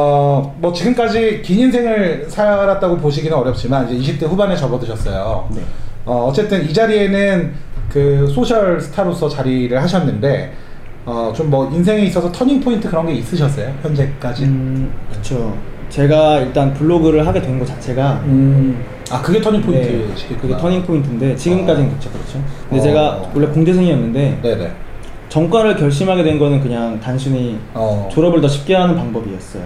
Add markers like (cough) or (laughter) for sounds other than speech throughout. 어, 뭐 지금까지 긴 인생을 살았다고 보시기는 어렵지만 이제 20대 후반에 접어드셨어요. 네. 어, 어쨌든 이 자리에는 그 소셜 스타로서 자리를 하셨는데 어, 좀 뭐 인생에 있어서 터닝 포인트 그런 게 있으셨어요? 현재까지? 음, 그렇죠. 제가 일단 블로그를 하게 된 것 자체가 음. 아, 그게 터닝 네, 포인트시겠구나. 그게 터닝 포인트인데 지금까지는 어. 그렇죠, 그렇죠. 근데 어. 제가 원래 공대생이었는데 네네. 전과를 결심하게 된 거는 그냥 단순히 어. 졸업을 더 쉽게 (laughs) 하는 방법이었어요.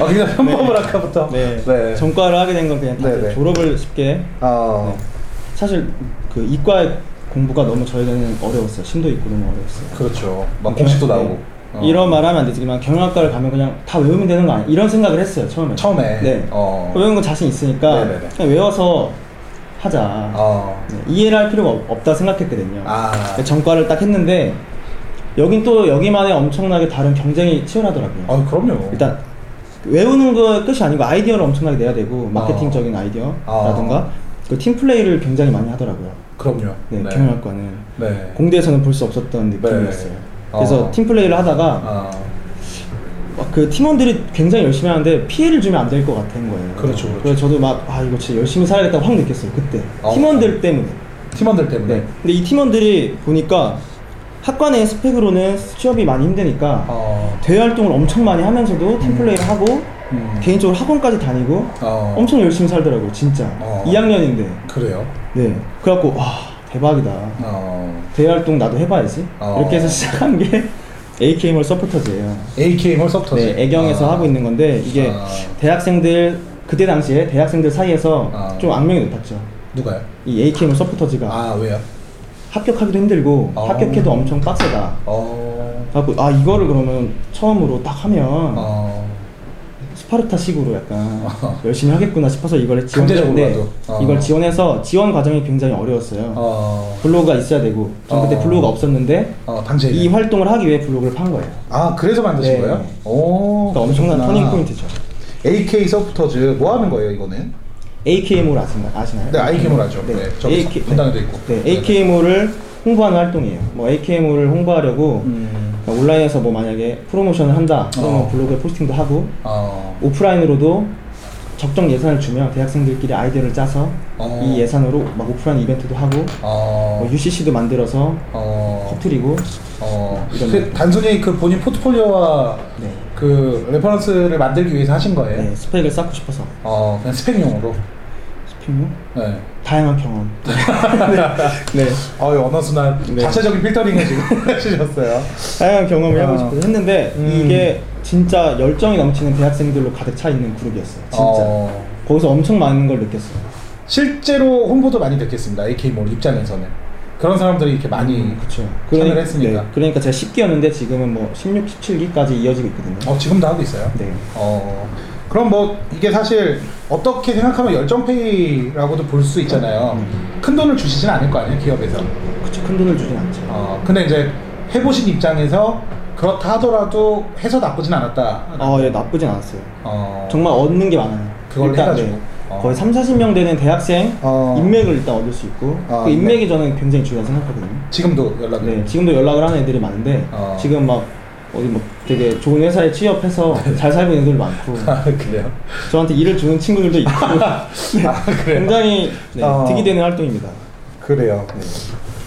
아, 그냥 편법을 아까부터. 네. 전과를 하게 된 건 그냥 다들 네, 네. 졸업을 쉽게. 어. 네. 사실 그 이과의 공부가 너무 저에게는 어려웠어요. 심도 있고 너무 어려웠어요. 그렇죠. 막 공식도 네. 나오고. 어. 이런 말 하면 안 되지만 경영학과를 가면 그냥 다 외우면 되는 거 아니야? 이런 생각을 했어요 처음에. 처음에. 네. 어. 외우는 거 자신 있으니까 네네네. 그냥 외워서 하자. 어. 네, 이해를 할 필요가 없- 없다 생각했거든요. 아. 그러니까 전과를 딱 했는데 여긴 또 여기만의 엄청나게 다른 경쟁이 치열하더라고요. 아, 그럼요. 일단 외우는 거 끝이 아니고 아이디어를 엄청나게 내야 되고 마케팅적인 아이디어라든가 어. 그 팀플레이를 굉장히 많이 하더라고요. 그럼요. 네, 경영학과는 네. 공대에서는 볼 수 없었던 느낌이었어요. 그래서 어. 팀플레이를 하다가 아, 막그 팀원들이 굉장히 열심히 하는데 피해를 주면 안 될 것 같은 거예요. 그렇죠, 그렇죠. 래서 저도 막 아 이거 진짜 열심히 살아야겠다고 확 느꼈어요 그때 어. 팀원들 때문에. 팀원들 때문에. 네. 근데 이 팀원들이 보니까 학과 내 스펙으로는 취업이 많이 힘드니까 어, 대외 활동을 엄청 많이 하면서도 팀플레이를 하고 음. 개인적으로 학원까지 다니고 어. 엄청 열심히 살더라고요 진짜 어. 2학년인데 그래요. 네 그래갖고 와 대박이다 어, 대외 활동 나도 해봐야지 어. 이렇게 해서 시작한 게 (laughs) AK몰 서포터즈예요 AK 홀 서포터즈. 네, 애경에서 아. 하고 있는 건데 이게 아. 대학생들 그때 당시에 대학생들 사이에서 아. 좀 악명이 높았죠 누가요? 이 AK몰 서포터즈가 아, 왜요? 합격하기도 힘들고 어. 합격해도 엄청 빡세다 어, 그래갖고 아 이거를 그러면 처음으로 딱 하면 어, 스파르타식으로 약간 어. 열심히 하겠구나 싶어서 이걸 지원했는데 강제적으로라도. 어. 이걸 지원해서 지원 과정이 굉장히 어려웠어요. 어, 블로그가 있어야 되고 전 그때 어. 블로그가 없었는데 어, 당시에. 이 활동을 하기 위해 블로그를 판 거예요. 아, 그래서 만드신 네. 거예요? 오, 그러니까 엄청난 그렇구나. 터닝 포인트죠. AK 서포터즈 뭐 하는 거예요, 이거는? AKMO를 아시나요? 아시나요? 네, AKMO를 하죠. 네, 저기 분당에도 있고. 네, 네네. AKMO를 홍보하는 활동이에요. 뭐 AKMO를 홍보하려고 음, 그러니까 온라인에서 뭐 만약에 프로모션을 한다, 그러면 어. 블로그에 포스팅도 하고 어, 오프라인으로도 적정 예산을 주면 대학생들끼리 아이디어를 짜서 어. 이 예산으로 막 오프라인 이벤트도 하고 뭐 어, UCC도 만들어서 어, 퍼뜨리고 어, 이런 그 느낌. 단순히 그 본인 포트폴리오와 네. 그 레퍼런스를 만들기 위해서 하신 거예요? 네, 스펙을 쌓고 싶어서 어, 그냥 스펙용으로. 스펙요? 네. (laughs) 다양한 경험 네. 어, 이 언어순환 네. 자체적인 필터링을 지금 (laughs) 하셨어요. 다양한 경험을 아. 하고 싶어서 했는데 음. 이게 진짜 열정이 넘치는 대학생들로 가득 차 있는 그룹이었어요 진짜 어. 거기서 엄청 많은 걸 느꼈어요 실제로 홍보도 많이 됐겠습니다. AK몰 입장에서는 그런 사람들이 이렇게 많이 그렇죠 참여를 했으니까. 그러니까 제가 10기였는데 지금은 뭐 16, 17기까지 이어지고 있거든요 어, 지금도 하고 있어요. 네. 어, 그럼 뭐 이게 사실 어떻게 생각하면 열정페이라고도 볼 수 있잖아요. 음. 큰 돈을 주시진 않을 거 아니에요, 기업에서. 그쵸 큰 돈을 주진 않죠 어, 근데 이제 해보신 입장에서 그렇다 하더라도 해서 나쁘진 않았다. 어, 예, 나쁘진 않았어요 어, 정말 얻는 게 많아요. 그걸 일단, 해가지고. 네. 어. 거의 3, 40명 되는 대학생 어. 인맥을 일단 얻을 수 있고 어, 그 네. 인맥이 저는 굉장히 중요하다고 생각하거든요. 지금도 연락을. 네, 지금도 연락을 하는 애들이 많은데 아, 어. 지금 막 어디 뭐 되게 좋은 (laughs) 회사에 취업해서 잘 살고 있는 애들 많고 아, 그래요? 저한테 일을 주는 (laughs) 친구들도 있고 아, 그래요? 네. 굉장히 네, 어. 득이 되는 활동입니다. 그래요. 네.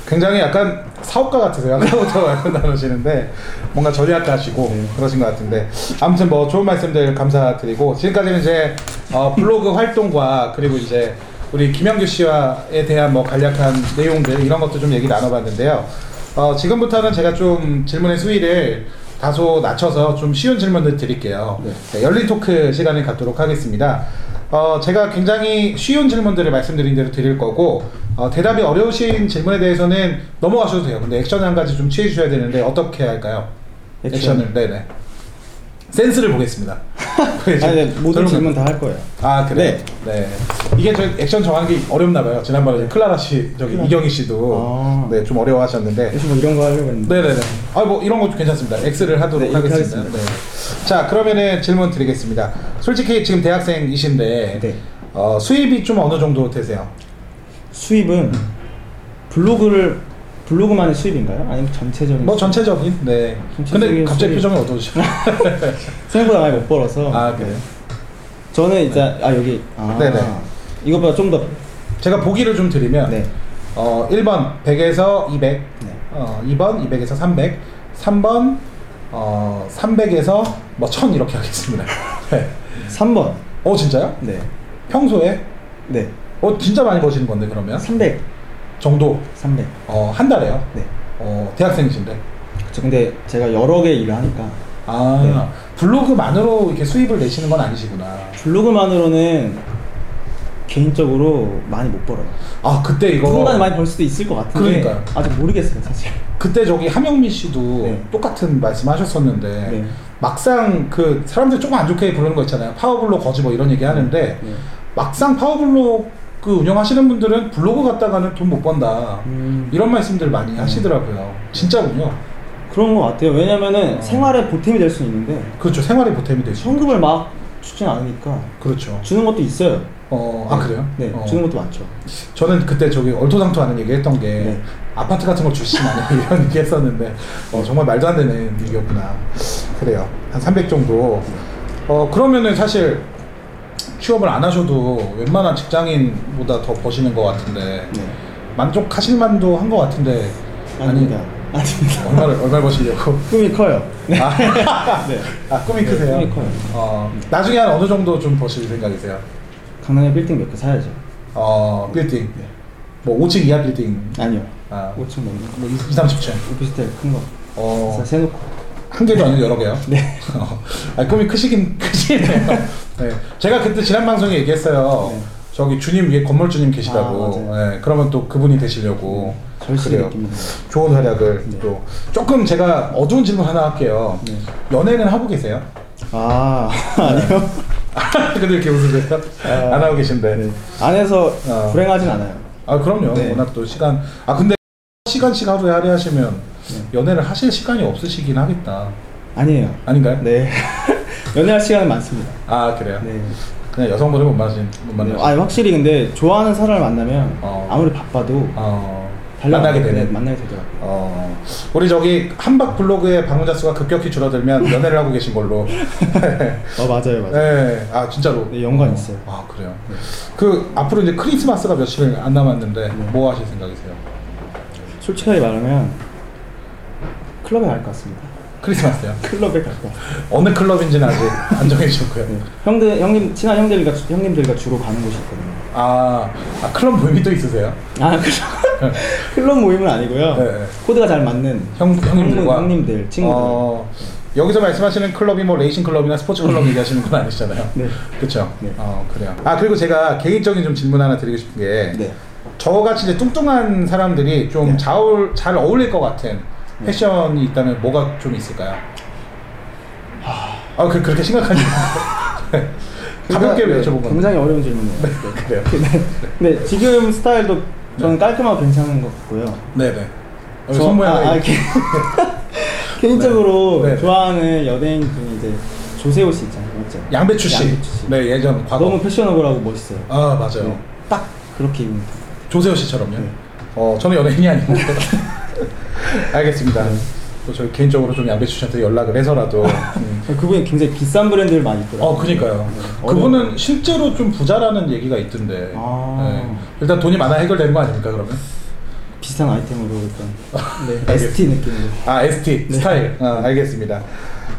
굉장히 약간 사업가 같으세요. (laughs) 아까부터 말씀 나누시는데 뭔가 전략가시고 네. 그러신 것 같은데 아무튼 뭐 좋은 말씀들 감사드리고 지금까지는 이제 어, 블로그 (laughs) 활동과 그리고 이제 우리 김영규 씨와에 대한 뭐 간략한 내용들 이런 것도 좀 얘기 나눠봤는데요. 어, 지금부터는 제가 좀 질문의 수위를 다소 낮춰서 좀 쉬운 질문을 드릴게요. 네. 네, 열린 토크 시간을 갖도록 하겠습니다. 어, 제가 굉장히 쉬운 질문들을 말씀드린 대로 드릴 거고 어, 대답이 어려우신 질문에 대해서는 넘어가셔도 돼요. 근데 액션 한 가지 좀 취해 주셔야 되는데 어떻게 할까요? 액션. 액션. 을 네네 센스를 (laughs) 보겠습니다. 아니, 네, 모든 질문 다 할 거예요. 아 그래. 네. 이게 저 액션 정하는 게 어렵나 봐요. 지난번에 이제 클라라 씨 저기 이경희 씨도 네. 아. 네 좀 어려워하셨는데 그래서 뭐 이런 거 하려고 했는데 네네네. 아 뭐 이런 것도 괜찮습니다. X를 하도록 네, 이렇게 하겠습니다. 하겠습니다. 네. 자 그러면은 질문 드리겠습니다. 솔직히 지금 대학생이신데 네. 어, 수입이 좀 어느 정도 되세요? 수입은 블로그를 블로그만의 수입인가요? 아니면 전체적인? 뭐 수입? 전체적인 네. 근데 전체적인 갑자기 소리. 표정이 어두우시죠? (laughs) 생각보다 많이 못 벌어서. 아 그래요. 네. 저는 이제 아 여기. 아, 네네. 이것보다 좀 더. 제가 보기를 좀 드리면 네. 어 1번 100에서 200, 네. 어 2번 200에서 300, 3번 어 300에서 뭐1000 이렇게 하겠습니다. (laughs) 네. 3번. 어 진짜요? 네. 평소에 네. 어 진짜 많이 버시는 건데 그러면 300. 정도 300. 어 한 달에요. 네. 어 대학생이신데 그쵸. 근데 제가 여러 개 일을 하니까 아 네. 블로그만으로 이렇게 수입을 내시는 건 아니시구나. 블로그만으로는 개인적으로 많이 못 벌어요. 아 그때 이거 누군가는 많이 벌 수도 있을 것 같은데 그러니까요. 아직 모르겠어요 사실. 그때 저기 함영민 씨도 네. 똑같은 말씀하셨었는데 네. 막상 그 사람들 조금 안 좋게 부르는 거 있잖아요 파워블로 거지 뭐 이런 얘기 하는데 네. 막상 파워블로 그 운영하시는 분들은 블로그 갔다가는 돈 못 번다 음. 이런 말씀들 많이 하시더라고요 진짜군요 그런 것 같아요. 왜냐면은 어. 생활에 보탬이 될 수는 있는데 그렇죠 생활에 보탬이 되죠 현금을 막 주진 않으니까 그렇죠 주는 것도 있어요. 어아 그래요 네, 어. 주는 것도 많죠. 저는 그때 저기 얼토당토하는 얘기 했던 게 네. 아파트 같은 걸 (laughs) 주시면 이런 얘기 했었는데 어, 정말 말도 안 되는 얘기였구나 그래요 한 300 정도 어 그러면은 사실 취업을 안 하셔도 웬만한 직장인보다 더 버시는 것 같은데 네. 만족하실 만도 한 것 같은데 아닙니다. 아닙니다. 얼마를 얼마 버시려고 꿈이 커요. (laughs) 네. 아, 네. 아 꿈이 크세요 꿈이 커요. 어 나중에 한 어느 정도 좀 버실 생각이세요 강남에 빌딩 몇 개 사야죠. 어 빌딩 네. 뭐 5층 이하 빌딩 아니요. 아 5층 넘는 거. 뭐 2, 30층 오피스텔 큰 거. 어, 다 세놓고. 한 개도 아니고 여러 개요? 네. 어, 아, 꿈이 크시긴 크시네요. 네. 제가 그때 지난 방송에 얘기했어요. 네. 저기 주님 위에 건물 주님 계시다고. 아, 맞아요. 네, 네, 그러면 또 그분이 되시려고. 절실히 그래요. 느낍니다. 좋은 활약을 네. 또 조금 제가 어두운 질문 하나 할게요. 네. 연애는 하고 계세요? (laughs) 아 (laughs) 아니요. 근데 이렇게 웃으세요? 아, 안 하고 계신데. 네. 안에서 아. 불행하진 않아요. 아 그럼요. 네. 워낙 또 시간. 아 근데 시간씩 하루에 할애하시면 네. 연애를 하실 시간이 없으시긴 하겠다. 아니에요. 아닌가요? 네. (laughs) 연애할 시간은 많습니다. 아 그래요. 네. 그냥 여성분을 못 만나신 못 만나신. 아 확실히 근데 좋아하는 사람을 만나면 어. 아무리 바빠도 어, 달려 만나게 되는. 네, 만나게 되더라고요. 어, 우리 저기 한박 블로그의 방문자 수가 급격히 줄어들면 (laughs) 연애를 하고 계신 걸로. 어 맞아요 맞아요. 네, 아 진짜로. 네, 연관 있어요. 아 그래요. 그 앞으로 이제 크리스마스가 며칠 안 남았는데 네. 뭐 하실 생각이세요? 네. 솔직하게 말하면 클럽에 갈 것 같습니다. 크리스마스요? 클럽에 갈 것 같아요. 어느 클럽인지는 (laughs) 아직 안 정해주셨고요. 네. 형들 형님 친한 형들과 주- 형님들과 주로 가는 곳이 있거든요. 아, 아 클럽 모임이 또 있으세요? 아 클럽 (laughs) 클럽 모임은 아니고요. 네, 네. 코드가 잘 맞는 형 형님들과 형님, 형님들 친구들. 어, 여기서 말씀하시는 클럽이 뭐 레이싱 클럽이나 스포츠 (laughs) 클럽 얘기하시는 건 아니시잖아요. 네. 그렇죠. 네. 어 그래요. 아 그리고 제가 개인적인 좀 질문 하나 드리고 싶은 게 네. 저같이 이제 뚱뚱한 사람들이 좀 네. 잘, 어울, 잘 어울릴 것 같은 패션이 있다면 뭐가 좀 있을까요? 아 그, 그렇게 심각하지 (laughs) 않아요. 가볍게 네, 여쭤본 건데 굉장히 어려운 질문이에요. 그래요. 네. 네, 지금 스타일도 저는 깔끔하고 괜찮은 것 같고요. 네네. 저- 손 네. 아, 모양이 아, 아, 개, (laughs) 개인적으로 네. 네. 좋아하는 연예인 중에 이제 조세호 씨 있잖아요. 맞죠? 양배추 씨. 양배추 씨. 아, 네 예전 과거. 너무 패셔너블하고 멋있어요. 아 맞아요. 네, 딱 그렇게 입는 조세호 씨처럼요. 네. 어, 저는 연예인이 아닌데. (laughs) 알겠습니다. 또 저희 개인적으로 좀 양배추 씨한테 연락을 해서라도. 네. 음. 아, 그분이 굉장히 비싼 브랜드를 많이 입더라고요. 어, 그니까요. 네, 그분은 실제로 좀 부자라는 얘기가 있던데. 아. 네. 일단 돈이 많아 해결되는 거 아닙니까, 그러면? 비싼 아이템으로 일단 네, 알겠습니다. ST 느낌으로. 아, ST, 네. 스타일. 아, 알겠습니다.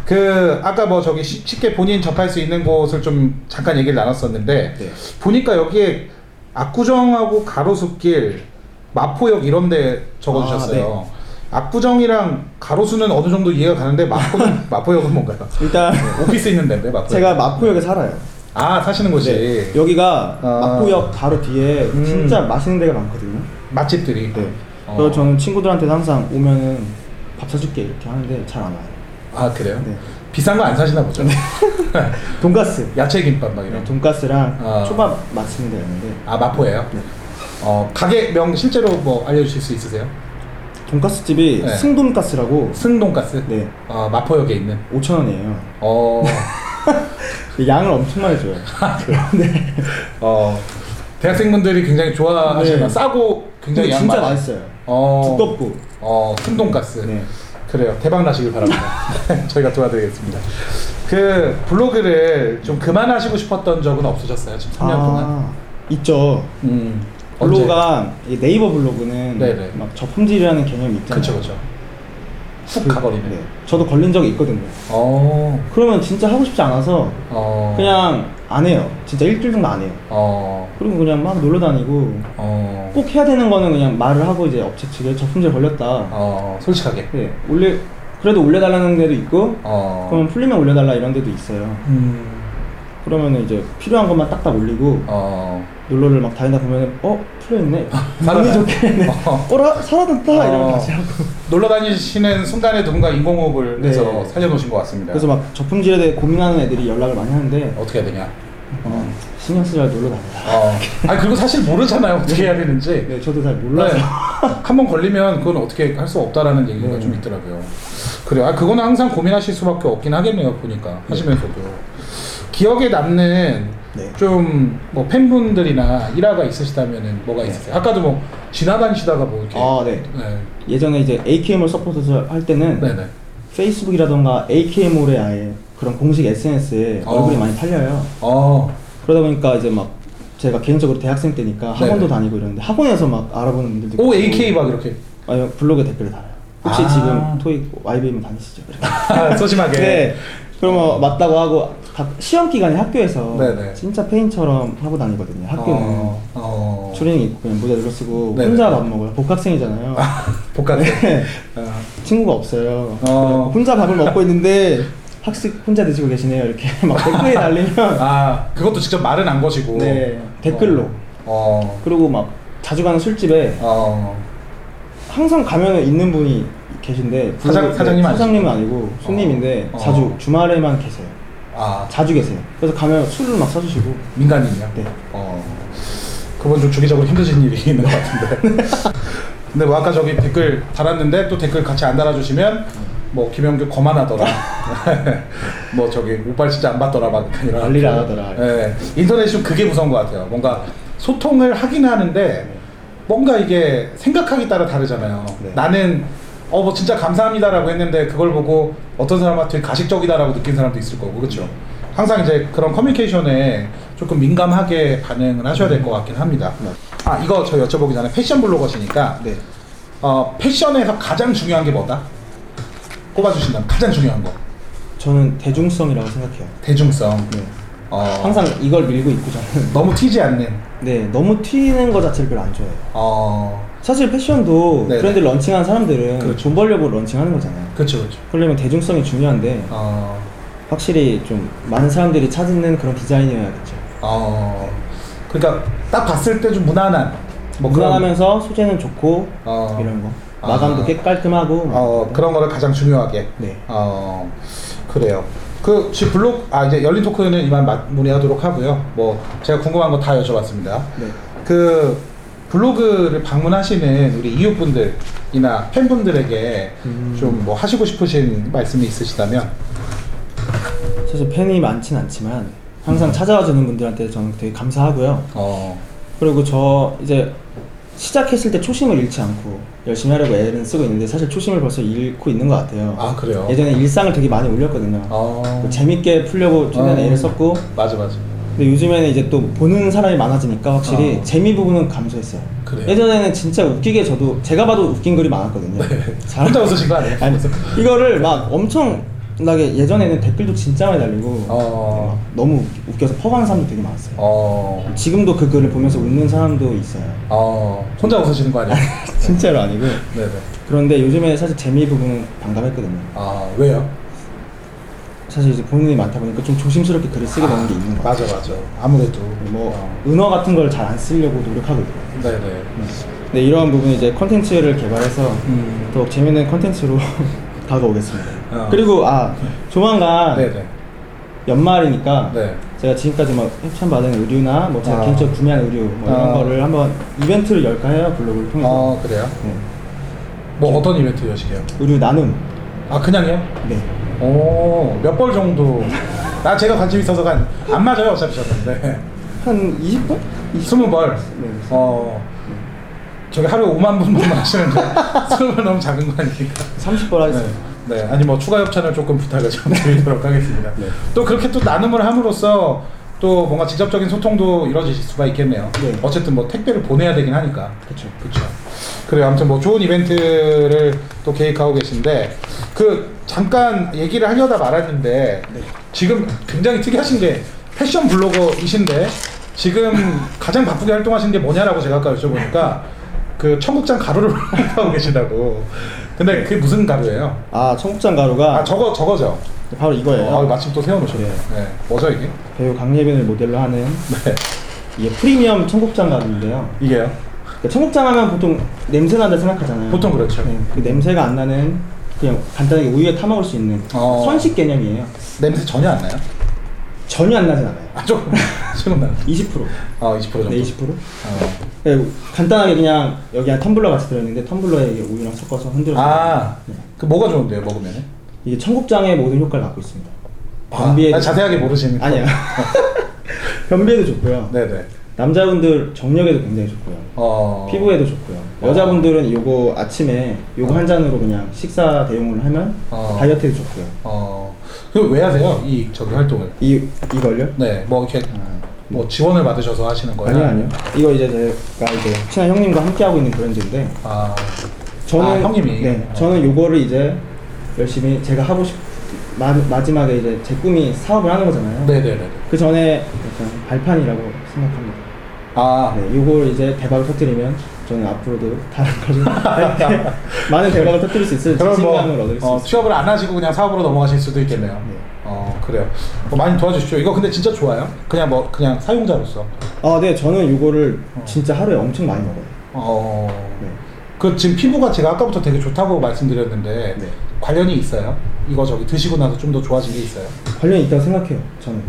그, 아까 뭐 저기 쉽- 쉽게 본인 접할 수 있는 곳을 좀 잠깐 얘기를 나눴었는데, 네. 보니까 여기에 압구정하고 가로수길, 마포역 이런 데 적어주셨어요. 아, 압구정이랑 가로수는 어느 정도 이해가 가는데 (laughs) 마포는, 마포역은 뭔가요? 일단 오피스 있는 데인데 마포역. (laughs) 제가 마포역에 살아요. 네, 아 사시는 곳이 여기가 아. 마포역 바로 뒤에 음. 진짜 맛있는 데가 많거든요. 맛집들이. 네. 어. 그래서 저는 친구들한테 항상 오면은 밥 사줄게 이렇게 하는데 잘 안 와요. 아 그래요? 네. 비싼 거 안 사시나 보죠. 돈가스. 야채 김밥 막 이런. 네, 돈가스랑 아. 초밥 맛있는 데가 있는데 아 마포예요? 네. 어 가게 명 실제로 뭐 알려주실 수 있으세요? 돈가스 집이 네. 승돈가스라고 승돈가스. 네. 어, 마포역에 있는. 5천 원이에요. 어. (laughs) 양을 엄청 많이 줘요. 아, 그래요? 어. 대학생분들이 굉장히 좋아하시는 네. 싸고 (laughs) 굉장히 근데 양 진짜 많아요. 맛있어요. 어, 두껍고. 어, 순돈가스. 네. 그래요. 대박 나시길 (laughs) 바랍니다. (laughs) 저희가 도와드리겠습니다. 그 블로그를 좀 그만하시고 싶었던 적은 없으셨어요? 지금 3년 동안. 아, 있죠. 음. 블로그가 이 네이버 블로그는 네네. 막 저품질이라는 개념이 있잖아요. 그쵸 그쵸. 훅 그- 가버리네. 네. 저도 걸린 적이 있거든요. 어. 그러면 진짜 하고 싶지 않아서 어. 그냥 안 해요. 진짜 일주일 정도 안 해요. 어. 그리고 그냥 막 놀러 다니고 어. 꼭 해야 되는 거는 그냥 말을 하고 이제 업체 측에 저품질 걸렸다. 어. 솔직하게. 네. 올려 그래도 올려달라는 데도 있고 어. 그러면 풀리면 올려달라 이런 데도 있어요. 음. 그러면 이제 필요한 것만 딱딱 올리고 어. 놀러를 막 다니다 보면 어 풀려있네. 살아나. 운이 좋겠네. 어. 어라 살아났다 이러면 어. 다시 하고. 놀러 다니시는 순간에 누군가 인공호흡을 네. 해서 살려놓으신 것 같습니다. 그래서 막 저품질에 대해 고민하는 애들이 연락을 많이 하는데 어떻게 해야 되냐? 어, 신경 쓰지 말고 놀러 다니다. 어. 아니 그리고 사실 모르잖아요 어떻게 해야 되는지. 네, 저도 잘 몰라요. 몰라요. 한 번 걸리면 그건 어떻게 할 수 없다라는 얘기가 네. 좀 있더라고요. 그래요. 아 그거는 항상 고민하실 수밖에 없긴 하겠네요 보니까 하시면서도 기억에 남는 네. 좀 뭐 팬분들이나 일화가 있으시다면은 뭐가 네. 있으세요? 아까도 뭐 지나다니시다가 뭐 이렇게. 아, 네. 네. 예전에 이제 AKM을 서포트를 할 때는 네네. 페이스북이라던가 AKM홀의 아예 그런 공식 SNS에 어. 얼굴이 많이 팔려요. 어. 그러다 보니까 이제 막 제가 개인적으로 대학생 때니까 학원도 네. 다니고 이러는데 학원에서 막 알아보는 분들도 오 있고. AK 막 이렇게 아니요 블로그에 댓글을 달아요. 혹시 아. 지금 토익 YBM 다니시죠? 이렇게. 아, 소심하게. 네. 그러면 맞다고 하고 각 시험 기간에 학교에서 네네. 진짜 페인처럼 하고 다니거든요. 학교는 어. 어. 추리닝 입고 그냥 모자 눌러쓰고 네네. 혼자 밥 먹어요. 복학생이잖아요. 복학생. 네. 어. 친구가 없어요. 어. 혼자 밥을 먹고 있는데 학습 혼자 드시고 계시네요. 이렇게 (laughs) 막 댓글에 달리면 아 그것도 직접 말은 안 거시고. 네 댓글로 어. 그리고 막 자주 가는 술집에 어. 항상 가면 있는 분이 계신데 사장- 블로그- 사장님 네, 아니시죠? 사장님은 아니고 손님인데 어. 자주 어. 주말에만 계세요. 아 자주 계세요. 그래서 가면 술을 막 사주시고 민간인이요? 네. 어. 그건 좀 주기적으로 힘드신 일이 있는 것 (laughs) 같은데. 근데 뭐 아까 저기 댓글 달았는데 또 댓글 같이 안 달아주시면 뭐 김영규 (laughs) 거만하더라. 뭐 저기 오빠 진짜 안 받더라 막 이런. 관리를 안 하더라. 예. 인터넷이 좀 그게 무서운 것 같아요. 뭔가 소통을 하긴 하는데 뭔가 이게 생각하기 따라 다르잖아요. 네. 나는 어 뭐 진짜 감사합니다라고 했는데 그걸 보고 어떤 사람한테 가식적이다라고 느낀 사람도 있을 거고 그렇죠. 항상 이제 그런 커뮤니케이션에 조금 민감하게 반응을 하셔야 될 것 같긴 합니다. 네. 아 이거 저 여쭤보기 전에 패션 블로거시니까 네. 어, 패션에서 가장 중요한 게 뭐다? 꼽아주신다면 가장 중요한 거 저는 대중성이라고 생각해요. 대중성. 네. 어, 항상 이걸 밀고 있고 저는 (laughs) 너무 튀지 않는. 네 너무 튀는 거 자체를 별로 안 좋아해요. 어 사실 패션도 네네. 브랜드 런칭한 사람들은 그렇죠. 돈 벌려고 런칭하는 거잖아요. 그렇죠 그렇죠. 그러려면 대중성이 중요한데 어, 확실히 좀 많은 사람들이 찾는 그런 디자인이어야겠죠. 어, 그러니까 딱 봤을 때 좀 무난한. 뭐 그런- 무난하면서 소재는 좋고 어. 이런 거 아. 마감도 꽤 깔끔하고 막 어, 그런 거를 가장 중요하게. 네. 어, 그래요. 그, 지금 블록, 아, 이제 열린 토크는 이만 마무리하도록 하고요. 뭐, 제가 궁금한 거 다 여쭤봤습니다. 네. 그, 블로그를 방문하시는 우리 이웃분들이나 팬분들에게 음. 좀 뭐 하시고 싶으신 말씀이 있으시다면, 사실 팬이 많진 않지만 항상 음. 찾아와 주는 분들한테 저는 되게 감사하고요. 어, 그리고 저 이제 시작했을 때 초심을 잃지 않고 열심히 하려고 애는 쓰고 있는데 사실 초심을 벌써 잃고 있는 것 같아요. 아, 그래요? 예전에 일상을 되게 많이 올렸거든요. 어, 뭐 재밌게 풀려고 최대한 어. 애를 썼고 맞아, 맞아. 근데 요즘에는 이제 또 보는 사람이 많아지니까 확실히 어. 재미 부분은 감소했어요. 그래요? 예전에는 진짜 웃기게 저도 제가 봐도 웃긴 글이 많았거든요. 네. 잘- 혼자 웃으신 거 아니에요? 아니 이거를 막 엄청나게 예전에는 댓글도 진짜 많이 달리고 어. 막 너무 웃- 웃겨서 퍼가는 사람도 되게 많았어요. 어, 지금도 그 글을 보면서 웃는 사람도 있어요. 어, 혼자 웃으시는 거 아니에요? 진짜로 아니고. 네네. 그런데 요즘에 사실 재미 부분은 반감했거든요. 아, 왜요? 사실 이제 본인이 많다 보니까 좀 조심스럽게 글을 쓰게 되는 게 있는 것 같아요. 맞아 맞아 아무래도 뭐 어, 은어 같은 걸 잘 안 쓰려고 노력하고 있고. 네네 네, 이러한 부분 이제 컨텐츠를 개발해서 음. 더욱 재밌는 컨텐츠로 (laughs) 다가오겠습니다. 어. 그리고 아 조만간 네네 연말이니까 네. 제가 지금까지 막 협찬받은 의류나 뭐 제가 아. 개인적으로 구매한 의류 뭐 이런 아. 거를 한번 이벤트를 열까 해요 블로그를 통해서 어 그래요 네. 뭐 어떤 이벤트 여시게요 의류 나눔 아 그냥요 네. 오몇 벌 정도 나 제가 관심 있어서가 아니- 안 맞아요 어차피 저는 네 한 20분? 스무 벌 네. 어 저기 하루에 5만 분만 (laughs) 마시는데 20번 너무 작은 거 아니니까. 30번 네. 하겠습니다. 네, 아니 뭐 추가 협찬을 조금 부탁을 좀 (laughs) 드리도록 하겠습니다. 네. 또 그렇게 또 나눔을 함으로써 또 뭔가 직접적인 소통도 이루어질 수가 있겠네요. 네. 어쨌든 뭐 택배를 보내야 되긴 하니까. 그렇죠. 그렇죠. 그래요. 아무튼 뭐 좋은 이벤트를 또 계획하고 계신데 그 잠깐 얘기를 하려다 말았는데 네. 지금 굉장히 특이하신 게 패션 블로거이신데 지금 가장 바쁘게 활동하신 게 뭐냐라고 제가 아까 여쭤보니까 그 청국장 가루를 (laughs) 하고 계시다고. 근데 그게 무슨 가루예요? 아 청국장 가루가 아 저거 저거죠. 바로 이거예요. 어, 아, 마침 또 세워놓으셨네. 네. 네. 뭐죠 이게? 배우 강예빈을 모델로 하는 네. 이게 프리미엄 청국장 가루인데요. 이게요. 그러니까 청국장 하면 보통 냄새 난다 생각하잖아요. 보통 그렇죠. 네, 그 냄새가 안 나는 그냥 간단하게 우유에 타 먹을 수 있는 어. 선식 개념이에요. 냄새 전혀 안 나요? 전혀 안 나진 않아요. 아 (laughs) 조금 조금 나요. 20% 아20% 정도. 네, 20%. 어. 네, 간단하게 그냥 여기 한 텀블러 같이 들어있는데 텀블러에 이게 우유랑 섞어서 흔들어. 아, 그 뭐가 좋은데요, 먹으면? 이게 청국장의 모든 효과를 갖고 있습니다. 아, 변비에 아, 자세하게 모르시는 거. 아니야. (laughs) 변비에도 좋고요. 네네. 남자분들 정력에도 굉장히 좋고요. 어. 피부에도 좋고요. 여자분들은 요거 아침에 요거 한 잔으로 그냥 식사 대용을 하면 어. 다이어트에도 좋고요. 어. 그리고 왜 하세요? 이 저기 활동을? 이 이걸요? 네, 뭐 이렇게 아, 뭐 지원을 받으셔서 하시는 거예요? 아니요 아니요. 이거 이제 제가 이제 친한 형님과 함께 하고 있는 브랜드인데 아, 저는 아, 형님이? 네 어. 저는 요거를 이제 열심히 제가 하고 싶 마, 마지막에 이제 제 꿈이 사업을 하는 거잖아요. 네네네. 그 전에 약간 발판이라고 생각합니다. 아, 네, 요걸 이제 대박을 터뜨리면 저는 앞으로도 (laughs) 다른 걸 많은 대박을 터뜨릴 수 있을 그럼 뭐 자신감을 얻을 수 어, 있을 취업을 안 하시고 그냥 사업으로 넘어가실 수도 있겠네요. 네. 어, 그래요. 뭐 많이 도와주십시오. 이거 근데 진짜 좋아요. 그냥 뭐 그냥 사용자로서. 아, 네, 저는 이거를 진짜 하루에 엄청 많이 먹어요. 어. 네. 그 지금 피부가 제가 아까부터 되게 좋다고 말씀드렸는데 네. 관련이 있어요? 이거 저기 드시고 나서 좀 더 좋아진 게 있어요? 관련이 있다고 생각해요, 저는.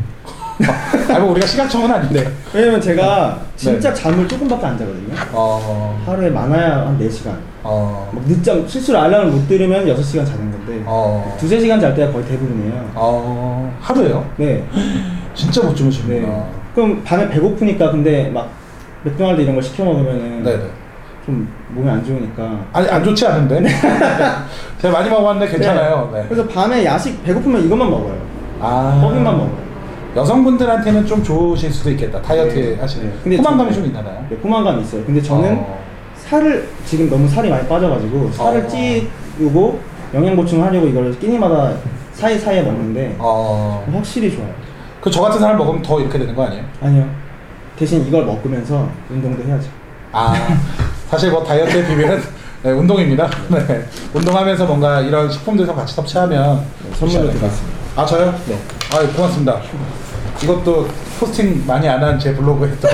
아니 뭐 우리가 시각청은 아닌데. 네. 왜냐면 제가 네. 진짜 잠을 조금밖에 안 자거든요. 어. 하루에 많아야 한 4시간. 어. 막 늦잠, 실수로 알람을 못 들으면 6시간 자는 건데, 어. 두세 시간 잘 때가 거의 대부분이에요. 어. 하루에요? 네. 진짜 못 네. 주무시는구나. 네. 그럼 밤에 배고프니까, 근데 막 맥도날드 이런 걸 시켜 먹으면은 네네. 좀 몸에 안 좋으니까. 아니 안 좋지 않은데. 네. (laughs) 제가 많이 먹어봤는데 괜찮아요. 네. 네. 그래서 밤에 야식 배고프면 이것만 먹어요. 아. 거기만 먹어요. 여성분들한테는 좀 좋으실 수도 있겠다. 다이어트 네. 하시는. 네. 네. 근데 포만감이 저- 좀 있나봐요. 네, 포만감이 있어요. 근데 저는 어. 살을 지금 너무 살이 많이 빠져가지고 살을 어. 찌우고 영양 보충하려고 이걸 끼니마다 사이 사이에 먹는데 어. 확실히 좋아요. 그 저 같은 사람 먹으면 더 이렇게 되는 거 아니에요? 아니요. 대신 이걸 먹으면서 운동도 해야죠. 아 (laughs) 사실 뭐 다이어트의 비밀은 네, 운동입니다. 네. 운동하면서 뭔가 이런 식품들도 같이 섭취하면 네, 좋지 선물로 않을까. 드리겠습니다. 아 저요? 네. 아 고맙습니다. 이것도 포스팅 많이 안 한 제 블로그에 (laughs) 또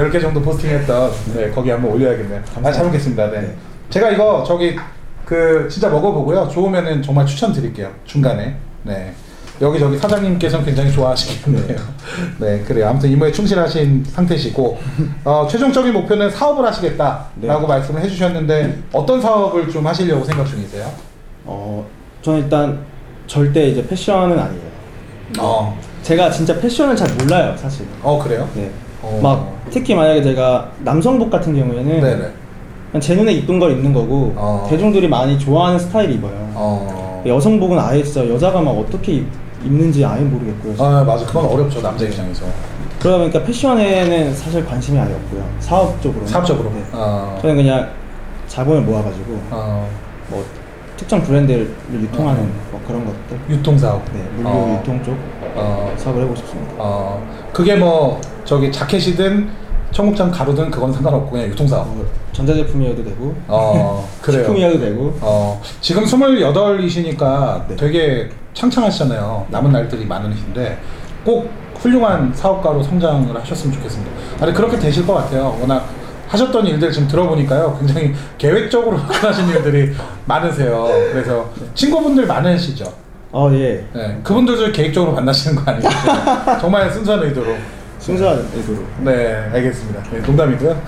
10개 정도 포스팅했던 네, 거기 한번 올려야겠네요. 아, 잘 먹겠습니다. 네. 네. 제가 이거 저기 그 진짜 먹어보고요. 좋으면은 정말 추천드릴게요. 중간에. 네. 여기저기 사장님께서는 굉장히 좋아하시겠네요. 네, 그래요. 아무튼 임무에 충실하신 (laughs) 상태시고, 어, 최종적인 목표는 사업을 하시겠다라고 네. 말씀을 해주셨는데, 어떤 사업을 좀 하시려고 생각 중이세요? 어, 저는 일단 절대 이제 패션은 아니에요. 어, 제가 진짜 패션을 잘 몰라요, 사실. 어, 그래요? 네. 어. 막 특히 만약에 제가 남성복 같은 경우에는 네네. 그냥 제 눈에 이쁜 걸 입는 거고 어. 대중들이 많이 좋아하는 스타일 입어요. 어. 여성복은 아예 진짜 여자가 막 어떻게 입, 입는지 아예 모르겠고요. 아 맞아 그건 어렵죠 남자 입장에서 그러다 보니까 패션에는 사실 관심이 아예 없고요. 사업적으로. 사업적으로 네. 어. 저는 그냥 자본을 모아가지고 어. 뭐 특정 브랜드를 유통하는 아. 뭐 그런 것들. 유통사업 네, 물류 어. 유통 쪽 어. 사업을 해보고 싶습니다. 어. 그게 뭐 저기 자켓이든 청국장 가루든 그건 상관없고 그냥 유통사업 뭐 전자제품이어도 되고 (laughs) 어 아. 그래요 식품이어도 되고 어 지금 28이시니까 네. 되게 창창하시잖아요 남은 날들이 많으신데 꼭 훌륭한 사업가로 성장을 하셨으면 좋겠습니다 아니 그렇게 되실 것 같아요 워낙 하셨던 일들 지금 들어보니까요 굉장히 계획적으로 (laughs) 하신 일들이 많으세요 그래서 친구분들 많으시죠 어, 예. 네, 그분들도 계획적으로 만나시는 거 (laughs) 아니에요? 정말 순수한 의도로. 순수한 의도로. 네, 알겠습니다. 네, 농담이고요.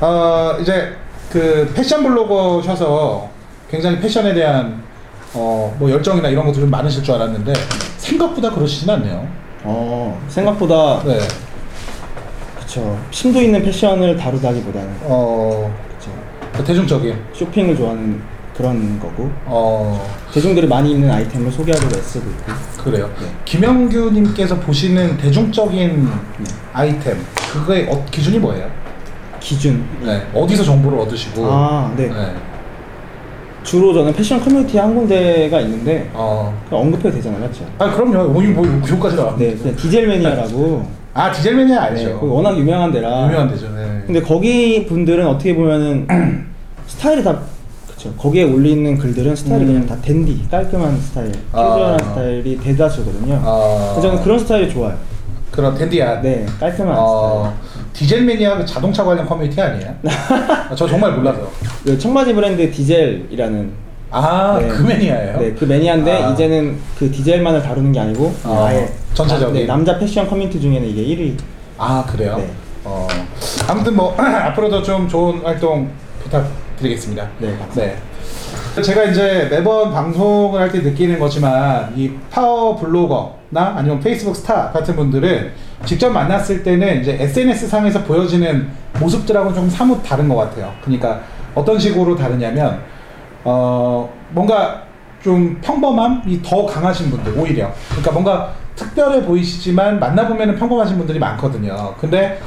어, 이제 그 패션 블로거셔서 굉장히 패션에 대한 어, 뭐 열정이나 이런 것도 좀 많으실 줄 알았는데 생각보다 그러시진 않네요. 어, 생각보다 네. 그렇죠. 심도 있는 패션을 다루다기보다는 어, 그렇죠. 그 대중적인. 쇼핑을 좋아하는 그런 거고 어, 대중들이 많이 있는 아이템을 소개하려고 애쓰고 있고 그래요. 네. 김영규님께서 보시는 대중적인 네. 아이템, 그거의 어, 기준이 뭐예요? 기준 네. 어디서 정보를 얻으시고. 아, 네. 네. 주로 저는 패션 커뮤니티 한 군데가 있는데 어. 그냥 언급해도 되잖아요, 맞죠? 아, 그럼요. 오이 뭐, 요까지 나와. 네, 그냥 (laughs) 디젤 매니아라고 아, 디젤맨이 아니죠. 네, 거기 워낙 유명한 데라 유명한 데죠. 네. 근데 거기 분들은 어떻게 보면은 (clears throat) 스타일이 다 그쵸 거기에 올리는 글들은 스타일이 음. 그냥 다 댄디 깔끔한 스타일 아. 캐주얼한 스타일이 대다수거든요 아. 그래서 저는 그런 스타일이 좋아요 그런 텐디야. 네 깔끔한 어, 디젤 매니아 그 자동차 관련 커뮤니티 아니에요? 아, 저 정말 몰라서. 스타일 그 청바지 브랜드 디젤이라는 아, 네. 그 매니아예요? 네, 그 매니아인데 아. 이제는 그 디젤만을 다루는 게 아니고 아, 아, 예 전체적인. 네, 남자 패션 커뮤니티 중에는 이게 1위 아, 그래요? 네. 어, 아무튼 뭐, (clears throat) 앞으로도 좀 좋은 활동 부탁드리겠습니다. 네, 감사합니다. 네. 제가 이제 매번 방송을 할 때 느끼는 거지만 이 파워 블로거나 아니면 페이스북 스타 같은 분들은 직접 만났을 때는 이제 SNS 상에서 보여지는 모습들하고는 좀 사뭇 다른 것 같아요. 그러니까 어떤 식으로 다르냐면 어 뭔가 좀 평범함이 더 강하신 분들 오히려 그러니까 뭔가 특별해 보이시지만 만나보면 평범하신 분들이 많거든요. 근데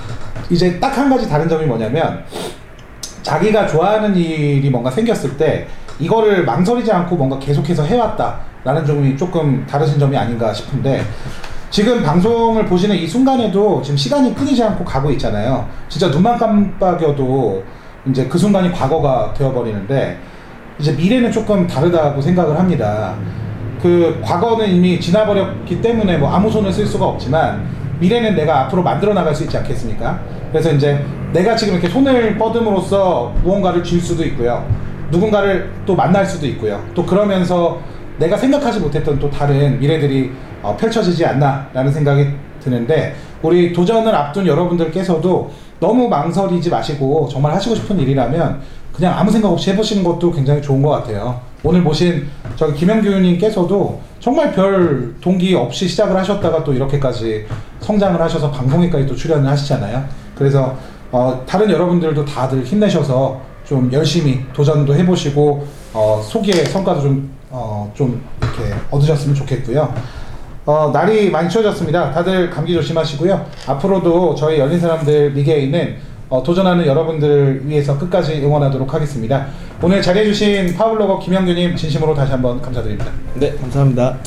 이제 딱 한 가지 다른 점이 뭐냐면 자기가 좋아하는 일이 뭔가 생겼을 때 이거를 망설이지 않고 뭔가 계속해서 해왔다라는 점이 조금 다르신 점이 아닌가 싶은데 지금 방송을 보시는 이 순간에도 지금 시간이 끊이지 않고 가고 있잖아요. 진짜 눈만 깜빡여도 이제 그 순간이 과거가 되어버리는데 이제 미래는 조금 다르다고 생각을 합니다. 그 과거는 이미 지나버렸기 때문에 뭐 아무 손을 쓸 수가 없지만 미래는 내가 앞으로 만들어 나갈 수 있지 않겠습니까? 그래서 이제 내가 지금 이렇게 손을 뻗음으로써 무언가를 쥘 수도 있고요. 누군가를 또 만날 수도 있고요. 또 그러면서 내가 생각하지 못했던 또 다른 미래들이 어, 펼쳐지지 않나라는 생각이 드는데 우리 도전을 앞둔 여러분들께서도 너무 망설이지 마시고 정말 하시고 싶은 일이라면 그냥 아무 생각 없이 해보시는 것도 굉장히 좋은 것 같아요. 오늘 보신 저기 김영규님께서도 정말 별 동기 없이 시작을 하셨다가 또 이렇게까지 성장을 하셔서 방송에까지 또 출연을 하시잖아요. 그래서 어, 다른 여러분들도 다들 힘내셔서 좀 열심히 도전도 해보시고 어, 소개 성과도 좀, 어, 좀 이렇게 얻으셨으면 좋겠고요. 어, 날이 많이 추워졌습니다. 다들 감기 조심하시고요. 앞으로도 저희 열린 사람들 미개인은 어, 도전하는 여러분들을 위해서 끝까지 응원하도록 하겠습니다. 오늘 자리해주신 파블로거 김영규님 진심으로 다시 한번 감사드립니다. 네 감사합니다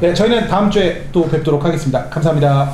네, 저희는 다음 주에 또 뵙도록 하겠습니다. 감사합니다.